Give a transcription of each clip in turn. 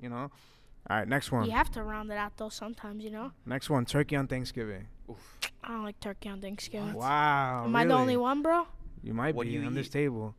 you know. All right, next one. You have to round it out though sometimes, you know. Next one, turkey on Thanksgiving. I don't like turkey on Thanksgiving. Wow. Am I the really? only one, bro? You might What do be you on this eat? table.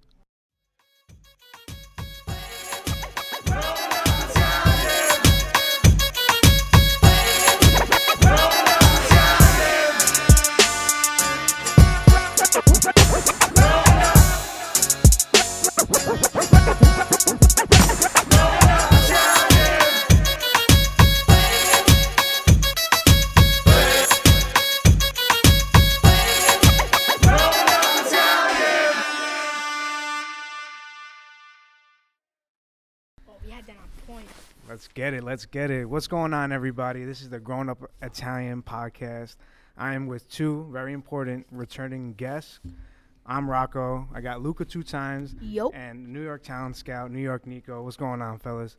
Well, Oh, we had that on point. Let's get it. Let's get it. What's going on, everybody? This is the Grown Up Italian podcast. I am with two very important returning guests. I'm Rocco. I got Luca two times Yup. and New York Talent Scout, New York Nico. What's going on, fellas?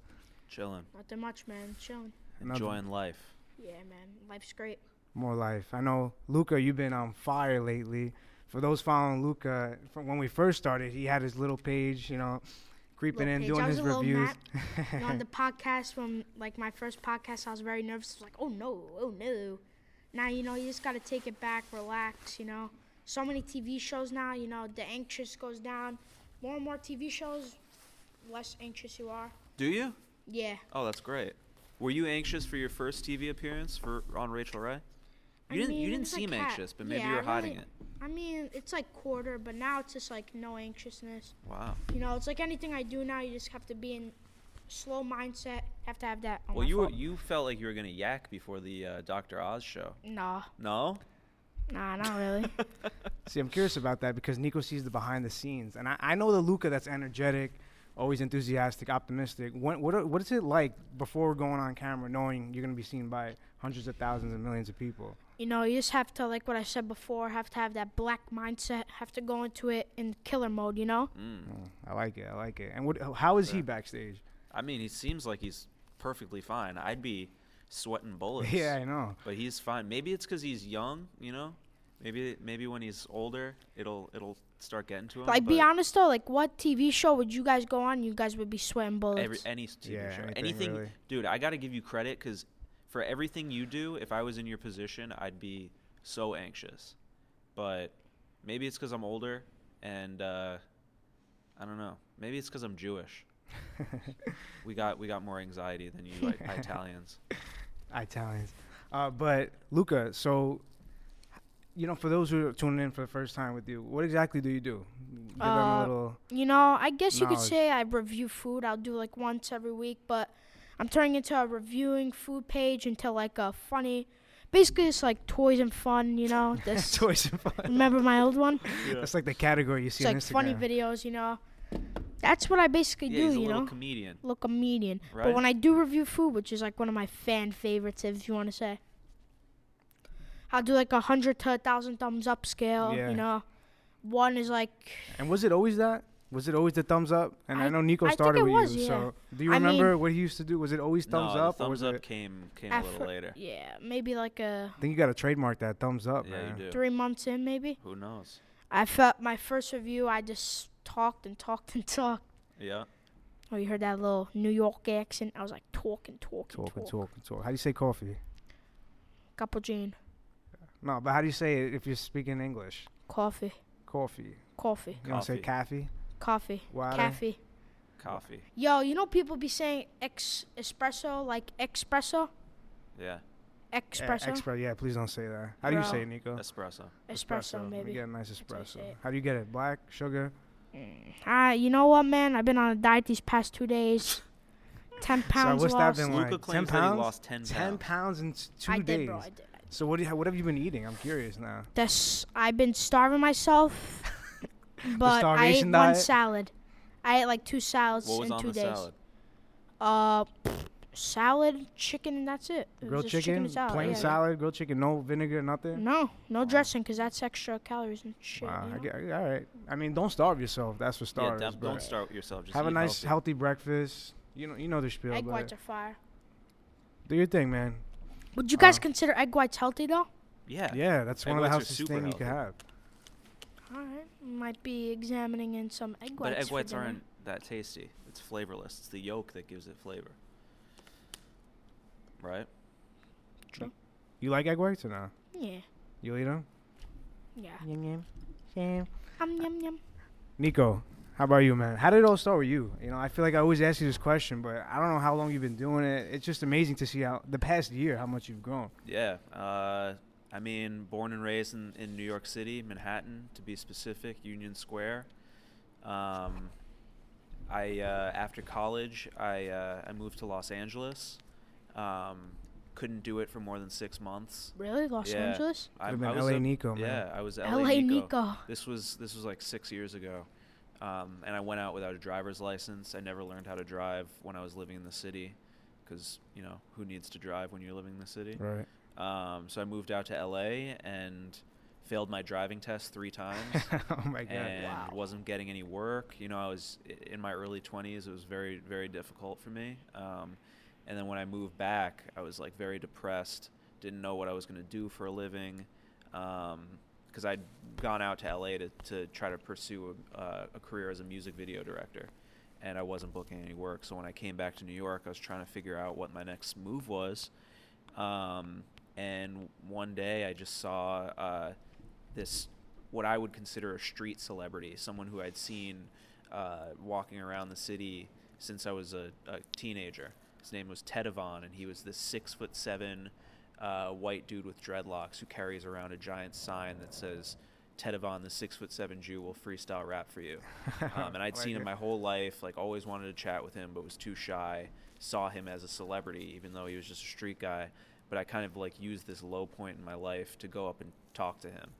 Chilling, Nothing much, man. Chilling. Nothing. enjoying life. Yeah, man. Life's great. More life. I know, Luca, you've been on fire lately. For those following Luca, from when we first started, he had his little page, you know, creeping Little in, page. doing I was his a little reviews. You know, on the podcast from like my first podcast, I was very nervous. I was like, oh no, oh no. Now you know you just gotta take it back, relax. You know, so many TV shows now. You know, the anxious goes down. More and more TV shows, less anxious you are. Do you? Yeah. Oh, that's great. Were you anxious for your first TV appearance for on Rachel Ray? I You didn't. mean, you it didn't was like seem that. anxious, but maybe Yeah, you I were hiding really- it. I mean, it's like quarter, but now it's just like no anxiousness. Wow. You know, it's like anything I do now. You just have to be in slow mindset. Have to have that. Oh, Well, my you were, fault. you felt like you were gonna yak before the uh, Dr. Oz show. Nah, No. nah, not really. See, I'm curious about that because Nico sees the behind the scenes, and I, I know the Luca that's energetic, always enthusiastic, optimistic. What what are- what is it like before going on camera, knowing you're gonna be seen by hundreds of thousands and millions of people? you know, you just have to, like what I said before, have to have that black mindset, have to go into it in killer mode, you know? Mm. Mm, I like it. I like it. And what? How is he backstage? I mean, he seems like he's perfectly fine. I'd be sweating bullets. Yeah, I know. But he's fine. Maybe it's because he's young. You know. Maybe maybe when he's older, it'll it'll start getting to him. Like, be but honest though, like, what TV show would you guys go on? You guys would be sweating bullets. Every, any TV Yeah, show, anything, anything, really. dude. I gotta give you credit because for everything you do, if I was in your position, I'd be so anxious. But maybe it's because I'm older, and uh, I don't know. Maybe it's because I'm Jewish. We got we got more anxiety than you like, Italians. Italians. Uh, but Luca, so you know, for those who are tuning in for the first time with you, what exactly do you do? Give them a Uh, little. You know, I guess you could Knowledge. say I review food. I'll do like once every week, but I'm turning into a reviewing food page into like a funny, basically it's like toys and fun. You know, this. choice of fun. remember my old one? That's like the category you It's see on like Instagram. funny videos. You know, that's what I basically yeah, do. he's a you little know, comedian. look a median. Right. But when I do review food, which is like one of my fan favorites, if you want to say, I'll do like a hundred to a thousand thumbs up scale. Yeah. You know, one is like And was it always that? Was it always the thumbs up? And I, I- know Nico I think started it with was, you, yeah. so do you I remember what he used to do? Was it always thumbs no, up, the or was thumbs up it? came came a effort- little later. Yeah, maybe like a I think you got to trademark that thumbs up, yeah, man. you do. three months in, maybe. Who knows? I felt my first review. I just talked and talked and talked. Yeah, Oh, you heard that little New York accent? I was like talking, talking, Talk talking. and Talk. talk and talk. How do you say coffee? Couple Jean, No, but how do you say it if you're speaking English? coffee, Coffee. coffee, You don't say coffee. coffee, Water. cafe. coffee. Yo, you know people be saying ex espresso like espresso, Yeah, Yeah, espresso, E, expre- yeah, please don't say that. How do you Bro. say it, Nico? espresso. espresso, Let me maybe. get a nice how you espresso. say it. How do you get it? Black sugar. Ah, you know what, man? I've been on a diet these past two days. Ten pounds what's that lost. been And like 10 Luca claims that pounds? he lost ten pounds. Ten pounds in s- two I days. did, bro. I did. So what do you, what have you been eating? I'm curious now. This I've been starving myself, but I ate starvation one diet? salad. I ate like two salads What was in on two the days. salad? Uh, salad, chicken, and that's it. It was Grilled just chicken, chicken, and salad. plain yeah. salad, grilled chicken, no vinegar, nothing. No, no dressing, cause that's extra calories and shit. Wow, you I know? get, all right. I mean, don't starve yourself. That's for starters. yeah, don't, but don't start with yourself. Just have a eat nice healthy. healthy breakfast. You know, you know the spiel. Egg but whites are fire. do your thing, man. Would you guys Uh, consider egg whites healthy though? Yeah. Yeah, that's Egg one of the whites are healthiest super thing you can have. All right, might be examining in some egg whites. But egg for whites dinner. aren't that tasty. It's flavorless. It's the yolk that gives it flavor. right? You like egg whites or no? Yeah. You eat them? Yeah. Yum yum. Shame. Um, yum yum. Nico, how about you, man? How did it all start with you? You know, I feel like I always ask you this question, but I don't know how long you've been doing it. It's just amazing to see how the past year how much you've grown. Yeah. Uh, I mean, born and raised in, in New York City, Manhattan, to be specific, Union Square. Um, I uh, after college, I uh, I moved to Los Angeles. Um, couldn't do it for more than six months. Really? Los Yeah. Angeles? I, Could've I been was LA a- Nico, man. Yeah, I was LA, LA Nico. Nico. This was this was like six years ago, um, and I went out without a driver's license. I never learned how to drive when I was living in the city, because you know who needs to drive when you're living in the city. Right. Um, so I moved out to LA and failed my driving test three times oh my god. Um, and Wow. wasn't getting any work. You know, I was i- in my early 20s. It was very, very difficult for me. Um, and then when I moved back, I was like very depressed. Didn't know what I was going to do for a living. Because I'd gone out to LA to, to try to pursue a, uh, a career as a music video director. And I wasn't booking any work. So when I came back to New York, I was trying to figure out what my next move was. Um, and one day I just saw uh, this, what I would consider a street celebrity, someone who I'd seen uh, walking around the city since I was a, a teenager. His name was Ted Avon, and he was this six foot seven uh, white dude with dreadlocks who carries around a giant sign that says, Ted Avon, the six foot seven Jew, will freestyle rap for you. Um, and Like I'd seen him it. my whole life, like always wanted to chat with him, but was too shy. Saw him as a celebrity, even though he was just a street guy. But I kind of like used this low point in my life to go up and talk to him.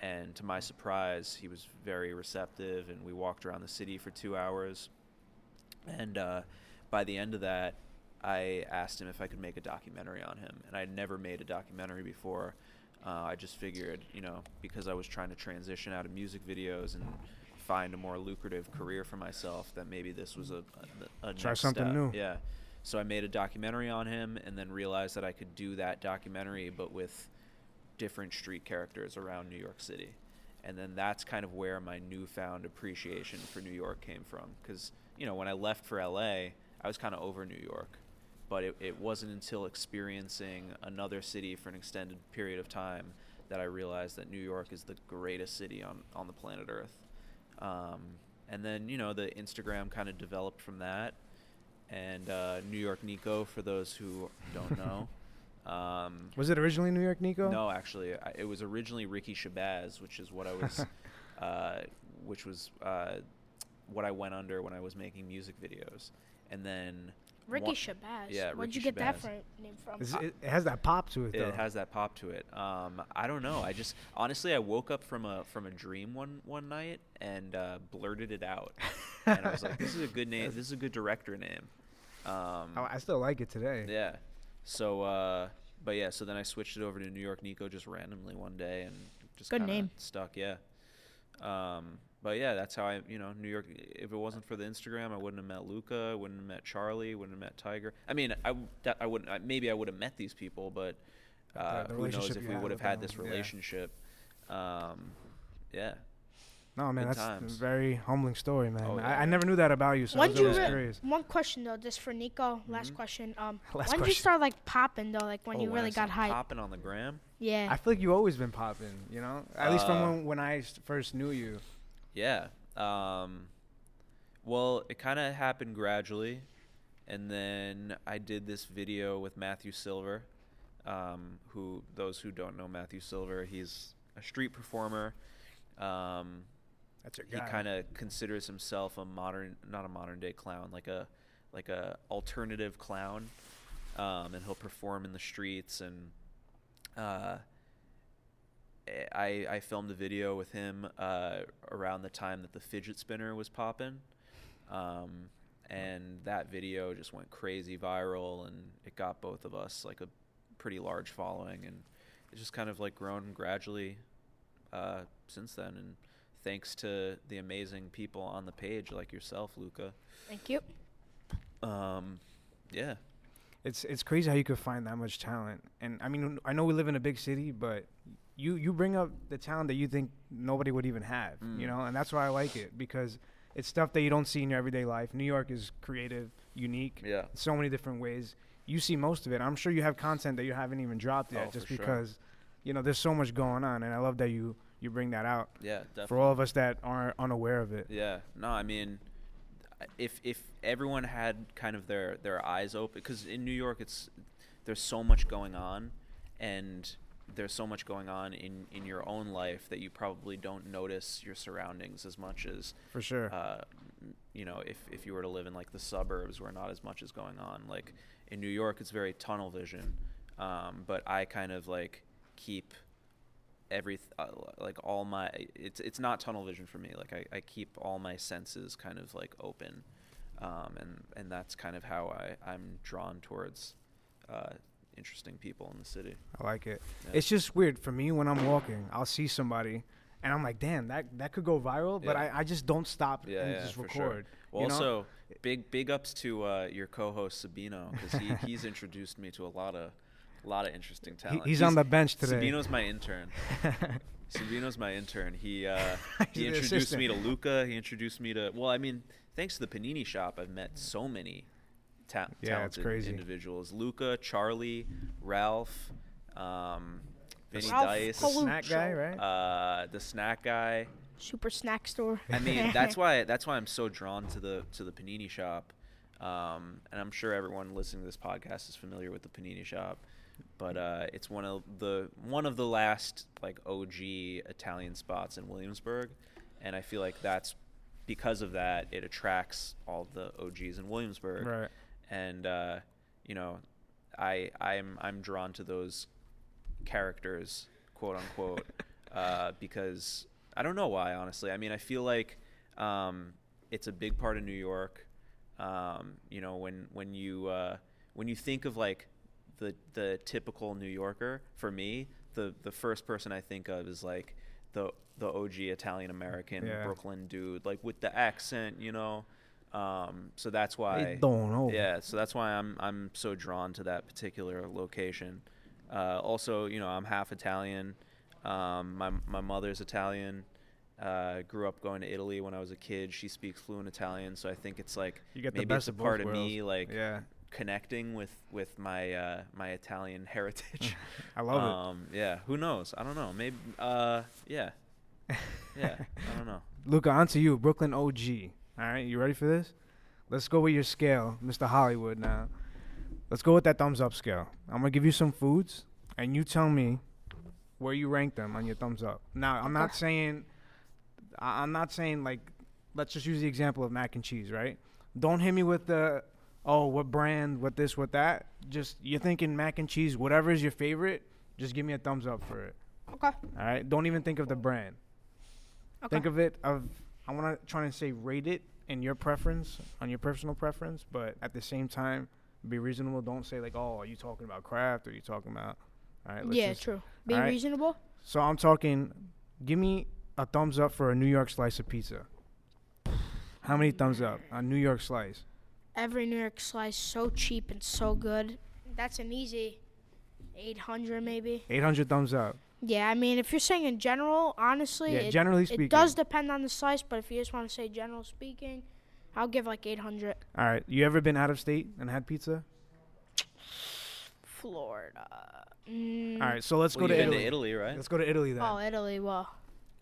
And to my surprise, he was very receptive, and we walked around the city for two hours. And uh, by the end of that, I asked him if I could make a documentary on him, and I'd never made a documentary before. Uh, I just figured, you know, because I was trying to transition out of music videos and find a more lucrative career for myself, that maybe this was a, a, a Try next something step. new. Yeah. So I made a documentary on him, and then realized that I could do that documentary, but with different street characters around New York City. And then that's kind of where my newfound appreciation for New York came from. Because, you know, when I left for LA, I was kind of over New York. But it, it wasn't until experiencing another city for an extended period of time that I realized that New York is the greatest city on, on the planet Earth. Um, and then, you know, the Instagram kind of developed from that. And uh, New York Nico, for those who don't know. Um, Was it originally New York Nico? no, actually, I, it was originally Ricky Shabazz, which is what I was, uh, which was uh, what I went under when I was making music videos, and then Ricky one- Shabazz. yeah, Where'd Ricky you get that Shabazz. from, name from? Is It, it has that pop to it, though. it has that pop to it. Um, I don't know. I just honestly, I woke up from a from a dream one one night and uh, blurted it out, and I was like, "This is a good name. This is a good director name." Um, Oh, I, I still like it today. Yeah. So, uh, but yeah, so then I switched it over to New York Nico just randomly one day and just Good kinda name. stuck. Yeah. Um, but yeah, that's how I, you know, New York. If it wasn't for the Instagram, I wouldn't have met Luca. I wouldn't have met Charlie. Wouldn't have met Tiger. I mean, I w- that, I wouldn't. I, maybe I would have met these people, but uh, the who knows relationship if you we had would have with had them, this yeah. relationship? Um, yeah. No, man, Good that's times. a very humbling story, man. Oh, I, yeah. I never knew that about you, so I When'd was you always re- curious. Mm-hmm. One question though, just for Nico. Last question. Um, Last when did you question. start like popping though? Like when Oh, you I really got started hyped? popping on the gram. Yeah. I feel like you've always been popping, you know? At least from Uh, when, when I s- first knew you. Yeah. Um, well, it kind of happened gradually, and then I did this video with Matthew Silver. Um, who those who don't know Matthew Silver, he's a street performer. Um, That's your he guy. kind of considers himself a modern, not a modern day clown, like a like a alternative clown, um, and he'll perform in the streets and. Uh, I, I filmed a video with him uh, around the time that the fidget spinner was popping. Um, and that video just went crazy viral and it got both of us like a pretty large following. And it's just kind of like grown gradually uh, since then. And thanks to the amazing people on the page like yourself, Luca. Thank you. Um, yeah. It's it's crazy how you could find that much talent. And I mean, I know we live in a big city, but you you bring up the talent that you think nobody would even have, you Mm. know? And that's why I like it because It's stuff that you don't see in your everyday life. New York is creative, unique, Yeah. so many different ways. You see most of it. I'm sure you have content that you haven't even dropped yet, Oh, just for sure. because you know there's so much going on, and I love that you you bring that out Yeah, definitely. for all of us that aren't unaware of it. Yeah. No, I mean, if if everyone had kind of their their eyes open, because in New York, it's there's so much going on, and there's so much going on in in your own life that you probably don't notice your surroundings as much as For sure. uh, m- you know, if, if you were to live in like the suburbs where not as much is going on, like in New York, it's very tunnel vision. Um, but I kind of like keep every uh, like all my it's it's not tunnel vision for me. Like I, I keep all my senses kind of like open, um, and and that's kind of how I I'm drawn towards uh, interesting people in the city. I like it. Yeah. It's just weird for me when I'm walking. I'll see somebody, and I'm like, damn, that that could go viral. But Yeah. I, I just don't stop Yeah, and yeah, just for record. sure. Well, you know? also big big ups to uh, your co-host Sabino because he, he's introduced me to a lot of lot of interesting talent. he's on the bench today. Sabino's my intern. Sabino's my intern. He uh, He's he the introduced me to assistant. Luca. He introduced me to well, I mean, thanks to the Panini shop, I've met so many ta- it's talented crazy. individuals. Luca, Charlie, Ralph, um, Vinny Ralph Dice, Kalu- snack guy, right? uh, the snack guy. Super snack store. I mean, that's why that's why I'm so drawn to the to the panini shop, um, and I'm sure everyone listening to this podcast is familiar with the panini shop, but uh, it's one of the one of the last like OG Italian spots in Williamsburg, and I feel like that's because of that it attracts all the OGs in Williamsburg, Right. and uh, you know, I I'm I'm drawn to those characters, quote unquote, uh, because I don't know why, honestly. I mean, I feel like um, it's a big part of New York. Um, you know, when when you uh, when you think of like the the typical New Yorker, for me, the the first person I think of is like the the OG Italian American Yeah. Brooklyn dude, like with the accent, you know. Um, so that's why don't know. yeah, so that's why I'm I'm so drawn to that particular location. Uh, also, you know, I'm half Italian. Um, my my mother's Italian. Uh, grew up going to Italy when I was a kid. She speaks fluent Italian, so I think it's like You get the maybe best it's a of both part of worlds. me like Yeah. connecting with with my uh, my Italian heritage. I love it. um, Yeah, who knows? I don't know. Maybe. Uh, yeah, um, yeah. I don't know. Luca, on to you, Brooklyn OG. All right, you ready for this? Let's go with your scale, Mr. Hollywood. Now, let's go with that thumbs up scale. I'm gonna give you some foods, and you tell me where you rank them on your thumbs up. Now, I'm not Okay. saying, I- I'm not saying like, let's just use the example of mac and cheese, right? Don't hit me with the, oh, what brand, what this, what that. Just you're thinking mac and cheese, whatever is your favorite. Just give me a thumbs up for it. Okay. All right. Don't even think of the brand. Okay. Think of it of I want to try and say rate it in your preference on your personal preference, but at the same time be reasonable. Don't say like, oh, are you talking about craft? Or are you talking about? All right. Let's yeah, just- true. Be alright. reasonable. So I'm talking. Give me a thumbs up for a New York slice of pizza. How many thumbs up on New York slice? Every New York slice so cheap and so good. That's an easy 800 maybe. 800 thumbs up. Yeah, I mean, if you're saying in general, honestly, Yeah, it, generally it speaking. does depend on the slice, but if you just want to say general speaking, I'll give like 800. All right. You ever been out of state and had pizza? Florida. Mm. All right. So let's Well, go you've to been Italy. to Italy, right? Let's go to Italy then. Oh, Italy. Well.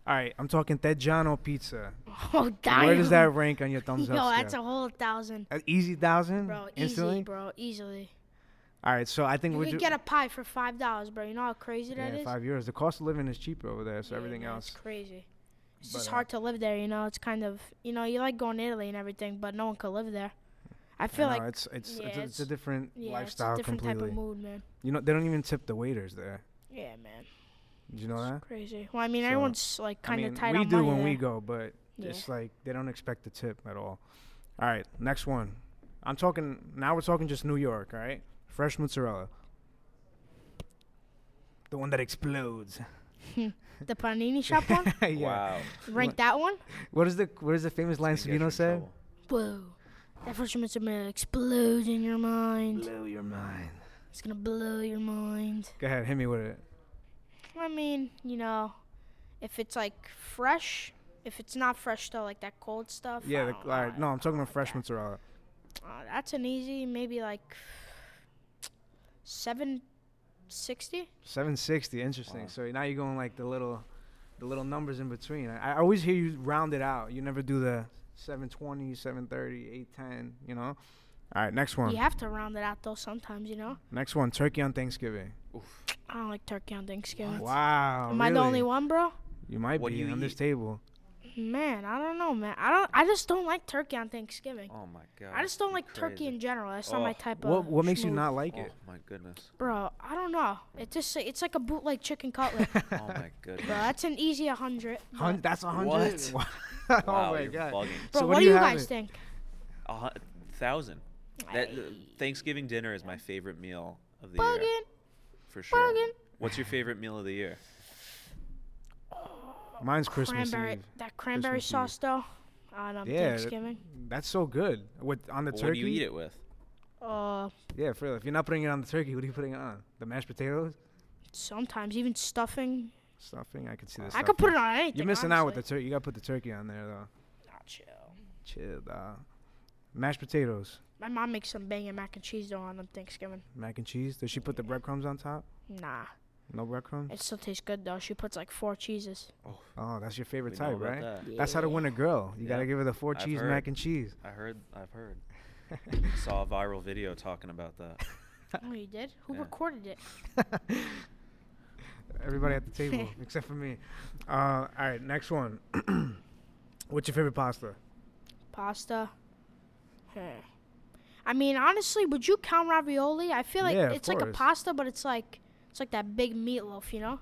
All right. I'm talking Teggiano pizza. Oh, damn. Where does that rank on your thumbs Yo, up? scale? that's a whole thousand, An easy thousand bro. instantly. Easily, bro. Easily. All right, so I think You we're could ju- get a pie for five dollars, bro. You know how crazy that is. yeah, five euros. The cost of living is cheaper over there, so Yeah, everything no, else. It's crazy. It's But, just uh, hard to live there, you know. It's kind of, you know, you like going to Italy and everything, but no one could live there. I I feel know, like it's it's, yeah, it's, a, it's a it's- different yeah, lifestyle it's a different completely. type of mood, man. you know, they don't even tip the waiters there. Yeah, man. Did you know that? It's crazy. Well, I mean, So, everyone's like kind I of mean, tight we on do money when there. we go, but Yeah. it's like they don't expect the tip at all. All right, next one. I'm talking now. We're talking just New York. All right, fresh mozzarella. The one that explodes. The panini shop one. yeah. Wow. Rank that one. What is the what is the famous line Gonna get you in Savino said? trouble. Whoa. That first one's gonna explode in your mind. Blow your mind. It's gonna blow your mind. Go ahead, hit me with it. I mean, you know, if it's like fresh, If it's not fresh though, like that cold stuff. I Yeah, the, don't like, know. no, I'm talking I about don't fresh like that. mozzarella. Uh, that's an easy, maybe like seven sixty. 760, interesting. Wow. So now you're going like the little, the little numbers in between. I, I always hear you round it out. You never do the 720, 730, 810. You know. All right, next one. You have to round it out though sometimes, you know. Next one, turkey on Thanksgiving. I don't like turkey on Thanksgiving. Wow. Am I the really? only one, bro? You might What do be you on this eat? table. Man, I don't know, man. I don't. I just don't like turkey on Thanksgiving. Oh my god. I just don't you like turkey crazy. in general. That's not my Oh. type of. What What makes you schmooze. not like Oh it? my goodness. Bro, I don't know. It just it's like a bootleg chicken cutlet. bro, Oh my goodness. that's an easy 100. but- Hun- that's a hundred. What? Wow. Wow, oh my you're god. bugging. Bro, So what, do you have guys it? think? A hu- thousand. That, uh, Ay, Thanksgiving dinner is my favorite meal of the year Bugging. for sure. bugging. What's your favorite meal of the year? Mine's Christmas cranberry, Eve. that cranberry Christmas sauce though, on um, Yeah, that- Thanksgiving. That's so good with on the What do turkey. you eat it with? Uh, Yeah, for real. If you're not putting it on the turkey, what are you putting it on? The mashed potatoes, sometimes even stuffing. stuffing. I could see this. I could put it on anything. You're missing out with the turkey. You gotta put the turkey on there though. Not chill. Chill, dog. Mashed potatoes, My mom makes some banging mac and cheese though on um, Thanksgiving. mac and cheese. Does she put the breadcrumbs on top? Nah, No breadcrumbs. it still tastes good though. She puts like four cheeses. Oh, that's your We favorite know type, about right? that. That's how to win a girl. You gotta Yeah. give her the four I've cheese heard. mac and cheese. I heard. I've heard. Saw a viral video talking about that. Oh, you did? Who Yeah. recorded it? Everybody at the table except for me. Uh, all right, next one. What's your favorite pasta? Pasta. Huh. I mean, honestly, would you count ravioli? I feel like Yeah, of it's like a course. pasta, but it's like it's like that big meatloaf, you know?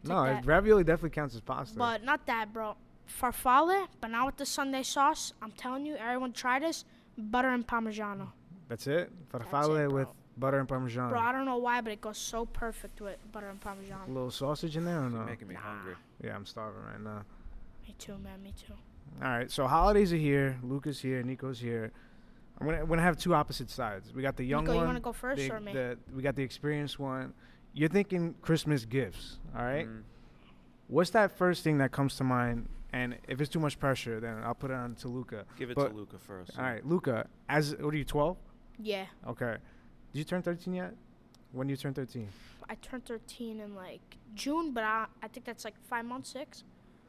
It's no, like that. ravioli definitely counts as pasta. But not that, bro. Farfalle, but not with the Sunday sauce. I'm telling you, everyone try this. Butter and Parmigiano. that's it. bro. Farfalle with butter and parmesan. Bro, I don't know why, but it goes so perfect with butter and A Parmigiano. little sausage in there or You're no? making me hungry. Yeah, I'm starving right now. Me too, man. Me too. All right, so holidays are here. Luca's here. Nico's here. I'm gonna, I'm gonna have two opposite sides. We got the young Nico, you one. want to go first the- or me? the- we got the experienced one. You're thinking Christmas gifts, all right? Mm. What's that first thing that comes to mind? And if it's too much pressure, then I'll put it on to Luca. Give it But- to Luca first. All right, Luca. As what are you? 12? yeah. Okay. Did you turn 13 yet? When do you turn 13? I turned 13 in like June, but I, I think that's like five months, six.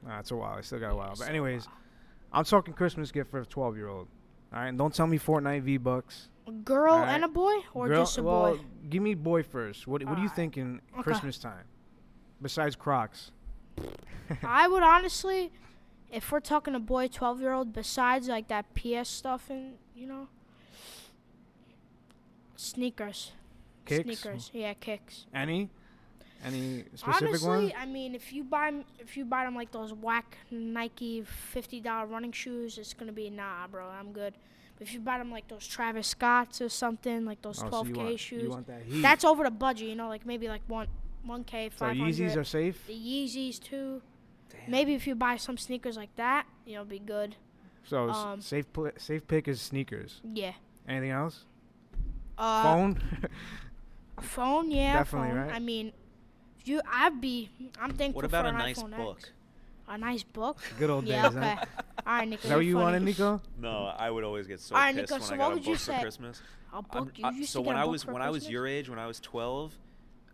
Nah, Ah, it's a while. I still got a while. So, Oh, But anyways, uh, I'm talking Christmas gift for a 12 year old. All right, and don't tell me Fortnite V Bucks. A uh, girl Alright. and a boy, or just a well, boy? give me boy first. What What are you Alright. thinking Okay. Christmas time? Besides Crocs. I would honestly, if we're talking a boy, 12 year old, besides like that PS stuff and, you know, sneakers. Kicks? Sneakers. Yeah, kicks. Any? Any specific honestly, one? I mean, if you buy 'em- if you buy them like those whack Nike $50 running shoes, it's going to be nah, bro, I'm good. But if you buy them like those Travis Scotts or something, like those Oh, 12K so you want, shoes, You want that heat. That's over the budget, you know, like maybe like one, one k, so five hundred. Yeezys are safe. the Yeezys too. Damn. Maybe if you buy some sneakers like that, you know, be good. So s- um, safe pl- safe pick is sneakers. Yeah. Anything else? Uh, Phone? a phone, yeah. Definitely, phone. right? I mean, if you, I'd be. I'm thankful What about for a an nice iPhone book? X. A nice book. Good old yeah. days. Okay. Huh? All right, Nico. Is that what you're you funny. wanted, Nico? No, I would always get so Alright, pissed Nico, when so I what got a would you book say? for Christmas. A I'm- book. I- you used so to get when a I book was for when I was Christmas? your age, when I was 12,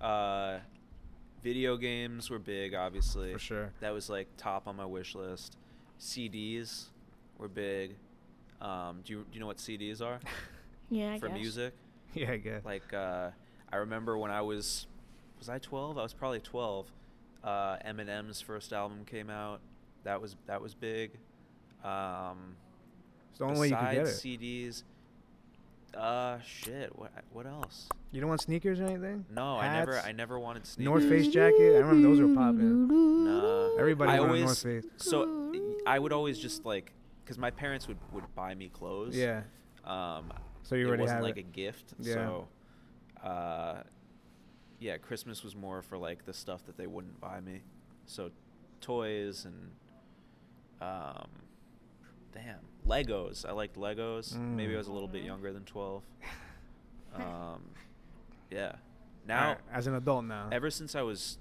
uh, video games were big, obviously. For sure. That was like top on my wish list. CDs were big. Um, do you do you know what CDs are Yeah. I for guess. music? Yeah, I guess. Like uh, I remember when I was was I 12? I was probably 12. Uh, Eminem's first album came out. That was that was big. Um, it's the only way you could get it. besides CDs. Uh, shit. What what else? you don't want sneakers or anything? No, I never Hats? I never wanted sneakers. North Face jacket. I remember those were popping. Nah. Everybody I wanted North always, Face. So I would always just like, cause my parents would would buy me clothes. Yeah. Um. So you it already wasn't had like it. a gift. Yeah. So, uh, yeah, Christmas was more for like the stuff that they wouldn't buy me. So, toys and, um, damn, Legos. I liked Legos. Maybe I Mm. was a little bit Mhm. younger than twelve. Um, yeah. Now, Alright, as an adult now. ever since I was,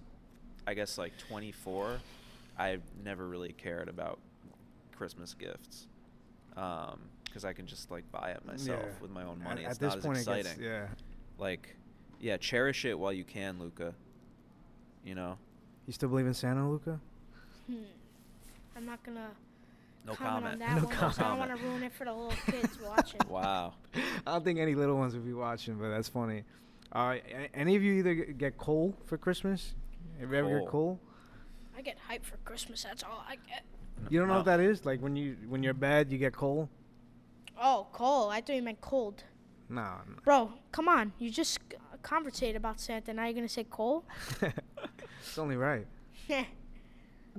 I guess like 24, I never really cared about Christmas gifts because I can just like buy it myself Yeah. with my own At- money. At, it's this not point, as exciting. it gets yeah. Like, yeah, cherish it while you can, Luca. You know, You still believe in Santa, Luca? Hmm. I'm not gonna no comment, comment. on that No one. 'cause I don't want comment. to ruin it for the little kids watching. Wow. I don't think any little ones would be watching, but that's funny. Uh, a- any of you either g- get coal for Christmas? Have you ever get Coal. coal? I get hyped for Christmas. That's all I get. You don't know No. what that is? Like when you when you're bad, you get coal? Oh, cold. I thought you meant cold. No. Bro, come on. You just uh, conversated about Santa. Now you're gonna say cold? no. it's only right. Heh.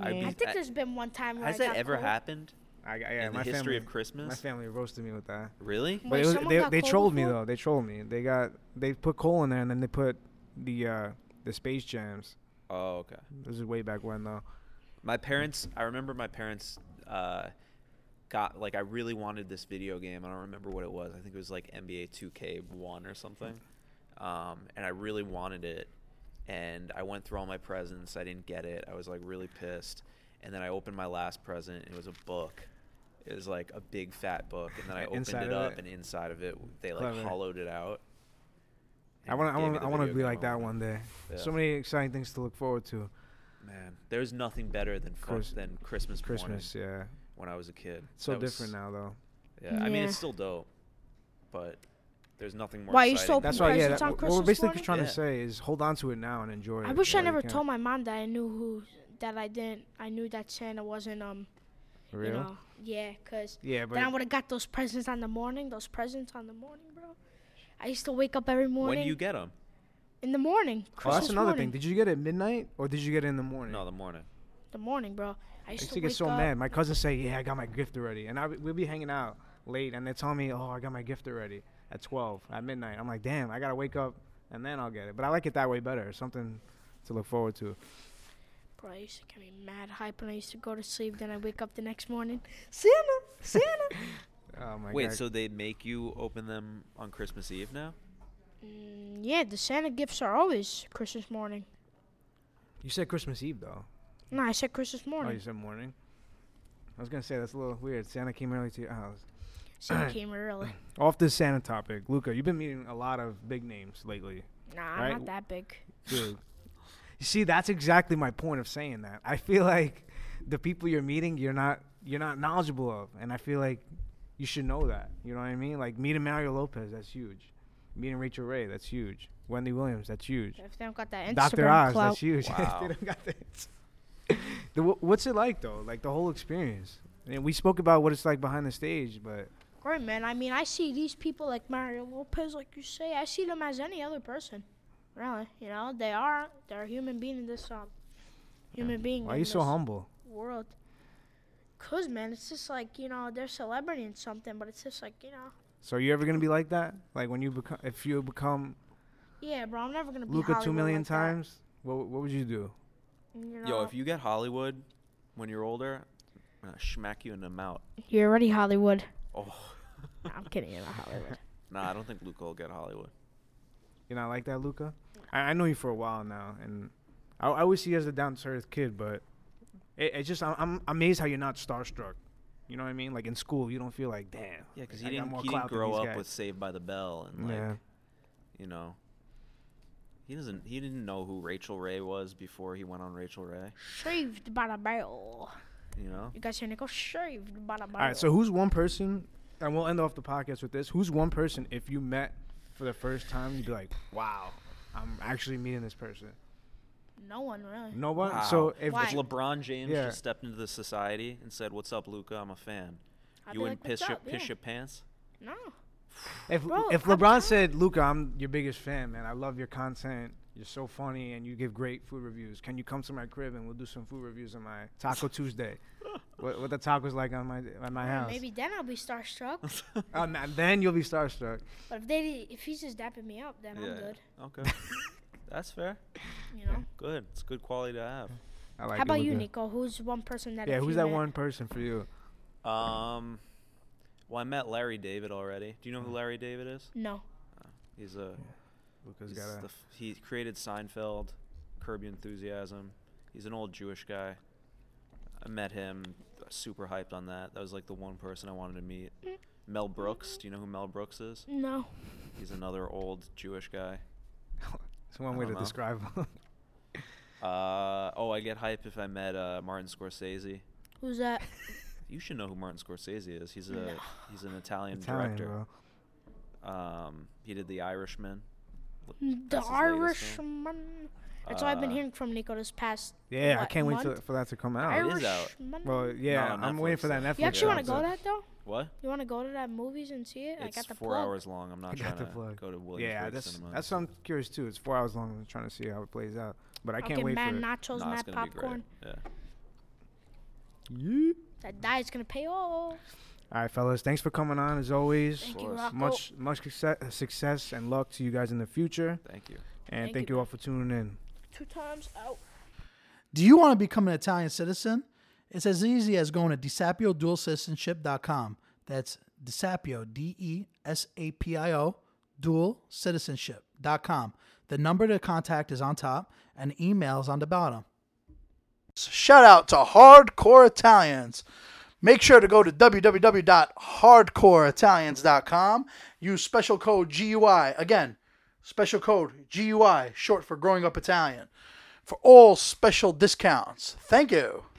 I'd I be- think I- there's been one time where Mm. Has I that got ever cold. happened I, I, yeah, in the my history family, of My Christmas? family roasted me with that. Really? But Wait, it was, someone they got they coal trolled me before? though. They trolled me. They got they put coal in there and then they put the uh, the Space Jams. Oh, okay. This is way back when though. My parents, I remember my parents uh, got like I really wanted this video game. I don't remember what it was. I think it was like NBA 2K1 or something. Um, and I really wanted it. And I went through all my presents. I didn't get it. I was like really pissed. And then I opened my last present. And it was a book. It was like a big fat book. And then I opened Inside it of up, it. and inside of it, they like Clever. hollowed it out. I want I to. want I want to be like that one day. Yeah. So many exciting things to look forward to. Man, there's nothing better than fu- Chris- than Christmas. morning. Christmas, yeah. when I was a kid. So That was- different now though. Yeah, I mean Yeah. it's still dope, but there's nothing more. Why, you exciting. still That's Open why, yeah. presents That, on what we're Christmas basically morning? trying to Yeah. say is hold on to it now and enjoy it. I wish I while you never can. told my mom that I knew who that I didn't. I knew that Santa wasn't um For real. you know yeah, 'cause yeah, but then I would have got those presents on the morning. Those presents on the morning, bro. I used to wake up every morning. When do you get them? in the morning. oh, Christmas that's another morning. thing. Did you get it at midnight or did you get it in the morning? No, the morning. The morning, bro. I I used used to to, wake get so up. mad. My cousins say, "Yeah, I got my gift already," and I we'll be hanging out late, and they tell me, "Oh, I got my gift already at 12 at midnight." I'm like, "Damn, I gotta wake up and then I'll get it." But I like it that way better. Something to look forward to. Bro, I used to get me mad hype when I used to go to sleep. Then I wake up the next morning. Santa, Santa. Oh my Wait, god. so they make you open them on Christmas Eve now? mm, yeah, the Santa gifts are always Christmas morning. you said Christmas Eve though. No, I said Christmas Oh, morning. you said morning. I was gonna say that's a little weird. Santa came early to your house. Santa came early. Off this Santa topic, Luca, you've been meeting a lot of big names lately, Nah, Right. I'm not that big. dude. you see, that's exactly my point of saying that. I feel like the people you're meeting, you're not you're not knowledgeable of, and I feel like you should know that. You know what I mean? Like meeting Mario Lopez, that's huge. Meeting Rachel Ray, that's huge. Wendy Williams, that's huge. If they don't got that Instagram Dr. Oz, clout, that's huge. They Wow. don't got that. The wh- What's it like though? Like the whole experience. And we spoke about what it's like behind the stage, but great, man. I mean, I see these people like Mario Lopez, like you say. I see them as any other person. Really, you know, they are they're a human being in this um, human being. why are in you so this humble? World. Cause man, it's just like you know they're celebrity and something, but it's just like you know. So are you ever gonna be like that? Like when you become, if you become Yeah, bro, I'm never gonna be Luca two Hollywood million like that, times, what what would you do? You know, Yo, if you get Hollywood when you're older, I'm gonna smack you in the mouth. you're already Hollywood. Oh, Nah, I'm kidding. You're not Hollywood. nah, I don't think Luca will get Hollywood. You're not like that, Luca. I, I know you for a while now, and I, I always see you as a down to earth kid, but it, it's just I'm, I'm amazed how you're not starstruck. You know what I mean? Like in school, you don't feel like damn. Yeah, because I he got didn't more he clout didn't than grow these up guys. with Saved by the Bell and like yeah, you know. He doesn't. He didn't know who Rachel Ray was before he went on Rachel Ray. Shaved by the barrel. You know. You guys hear Nico? Shaved by the barrel. All right, so who's one person, and we'll end off the podcast with this. Who's one person if you met for the first time, you'd be like, wow, I'm actually meeting this person. no one really. No one. So Wow. if Why? If LeBron James Yeah. just stepped into the society and said, "What's up, Luca? I'm a fan," I'd you be wouldn't like, piss "What's your up?" piss Yeah. your pants. No. if Bro, if LeBron I'm trying- said, "Luca, I'm your biggest fan, man. I love your content. You're so funny, and you give great food reviews. Can you come to my crib and we'll do some food reviews on my Taco Tuesday? what, what the tacos like on my on my Yeah, house? Maybe then I'll be starstruck. Um, and then you'll be starstruck. but if they if he's just dapping me up, then I'm good. Okay. That's fair. You know. Good. It's a good quality to have. I like How it, about you, Luka. Nico? Who's one person that? Yeah, if who's you that met- one person for you? Um, well, I met Larry David already. Do you know who Hmm. Larry David is? No. He's a Luca's he's got a the, f- he created Seinfeld, Curb Your Enthusiasm. He's an old Jewish guy. I met him. uh, Super hyped on that. That was like the one person I wanted to meet. Mel Brooks. Do you know who Mel Brooks is? No. He's another old Jewish guy. It's one I way to don't know. describe him. Uh, oh, I get hype if I met uh, Martin Scorsese. Who's that? You should know who Martin Scorsese is. He's a No. he's an Italian, Italian, director. bro. Um, he did The Irishman. L- the that's his latest film. Irishman. That's all I've been Uh, hearing from Nico this past. Yeah, I what, can't wait month? to, for that to come The out. Irish- is out. Irishman? well, yeah, on I'm waiting Netflix, for that though. Netflix. you actually want to yeah, go concept. to that though? What? You want to go to that movies and see it? I It's got the four plug. hours long. I'm not I trying got the to plug. go to Williams Yeah, Bridge that's Cinema. that's what I'm curious too. It's four hours long. I'm trying to see how it plays out, but I I'll can't get wait mad for it. nachos, Nah, mad it's gonna be great. popcorn. Yeah. Yeah. That diet's gonna pay off. All right, fellas, thanks for coming on as always. Thank you, course. Rocco. Much much success, success and luck to you guys in the future, Thank you. and Thank thank, you, you all for tuning in. Two times out. Do you want to become an Italian citizen? It's as easy as going to DiSapioDualCitizenship.com. That's DiSapio, D E S A P I O, dualcitizenship.com. The number to contact is on top and emails on the bottom. Shout out to Hardcore Italians. Make sure to go to www.hardcoreitalians.com. Use special code GUI. Again, special code GUI, short for Growing Up Italian for all special discounts. Thank you.